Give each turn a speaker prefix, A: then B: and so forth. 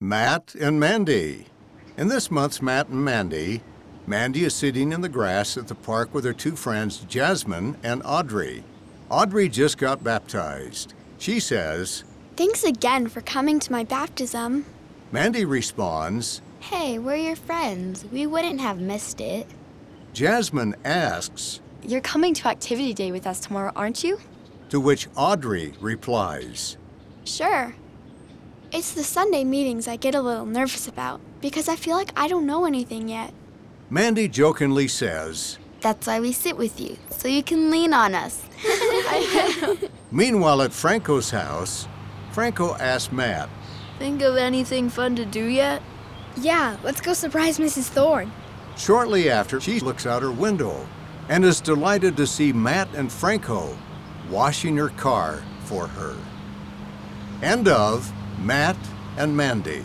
A: Matt and Mandy. In this month's Matt and Mandy, Mandy is sitting in the grass at the park with her two friends, Jasmine and Audrey. Audrey just got baptized. She says,
B: Thanks again for coming to my baptism.
A: Mandy responds,
C: Hey, we're your friends. We wouldn't have missed it.
A: Jasmine asks,
D: You're coming to Activity Day with us tomorrow, aren't you?
A: to which Audrey replies,
B: Sure. It's the Sunday meetings I get a little nervous about because I feel like I don't know anything yet.
A: Mandy jokingly says,
C: That's why we sit with you, so you can lean on us.
A: Meanwhile, at Franco's house, Franco asks Matt,
E: Think of anything fun to do yet?
F: Yeah, let's go surprise Mrs. Thorne.
A: Shortly after, she looks out her window and is delighted to see Matt and Franco washing her car for her. End of Matt and Mandy.